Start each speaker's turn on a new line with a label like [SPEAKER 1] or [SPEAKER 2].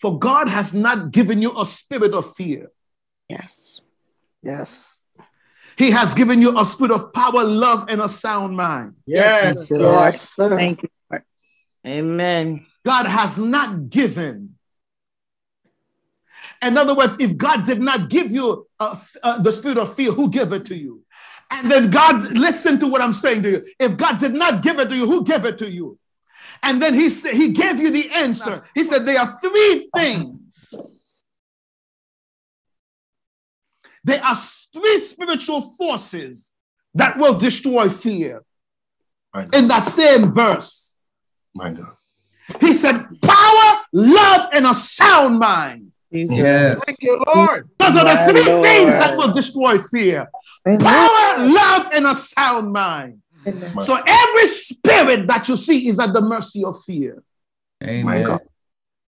[SPEAKER 1] For God has not given you a spirit of fear,
[SPEAKER 2] Yes.
[SPEAKER 3] Yes.
[SPEAKER 1] He has given you a spirit of power, love, and a sound mind.
[SPEAKER 2] Yes.
[SPEAKER 3] Yes,
[SPEAKER 2] Lord.
[SPEAKER 3] sir.
[SPEAKER 2] Thank you, Lord. Amen.
[SPEAKER 1] God has not given. In other words, if God did not give you uh, f- uh, the spirit of fear, who gave it to you? And then God, listen to what I'm saying to you. If God did not give it to you, who gave it to you? And then he, sa- he gave you the answer. He said, There are three things. There are three spiritual forces that will destroy fear.
[SPEAKER 4] Right.
[SPEAKER 1] In that same verse,
[SPEAKER 4] My God.
[SPEAKER 1] he said, Power, love, and a sound mind.
[SPEAKER 2] Jesus.
[SPEAKER 4] Yes.
[SPEAKER 5] Thank you, Lord.
[SPEAKER 1] Those are
[SPEAKER 3] My
[SPEAKER 1] the three
[SPEAKER 3] Lord.
[SPEAKER 1] things that will destroy fear power, love, and a sound mind.
[SPEAKER 4] My-
[SPEAKER 1] So every spirit that you see is at the mercy of fear.
[SPEAKER 4] My
[SPEAKER 6] Amen.
[SPEAKER 4] God.